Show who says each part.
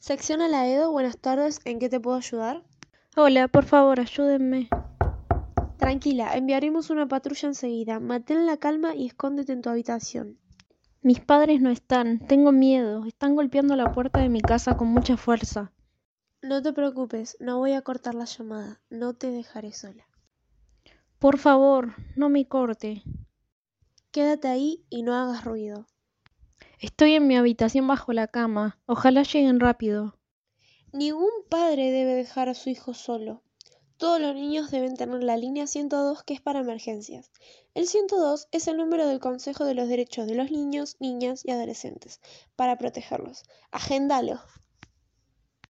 Speaker 1: Sección Alaedo, buenas tardes, ¿en qué te puedo ayudar?
Speaker 2: Hola, por favor, ayúdenme.
Speaker 1: Tranquila, enviaremos una patrulla enseguida. Mantén la calma y escóndete en tu habitación.
Speaker 2: Mis padres no están, tengo miedo. Están golpeando la puerta de mi casa con mucha fuerza.
Speaker 1: No te preocupes, no voy a cortar la llamada. No te dejaré sola.
Speaker 2: Por favor, no me corte.
Speaker 1: Quédate ahí y no hagas ruido.
Speaker 2: Estoy en mi habitación bajo la cama. Ojalá lleguen rápido.
Speaker 1: Ningún padre debe dejar a su hijo solo. Todos los niños deben tener la línea 102 que es para emergencias. El 102 es el número del Consejo de los Derechos de los Niños, Niñas y Adolescentes para protegerlos. Agéndalo.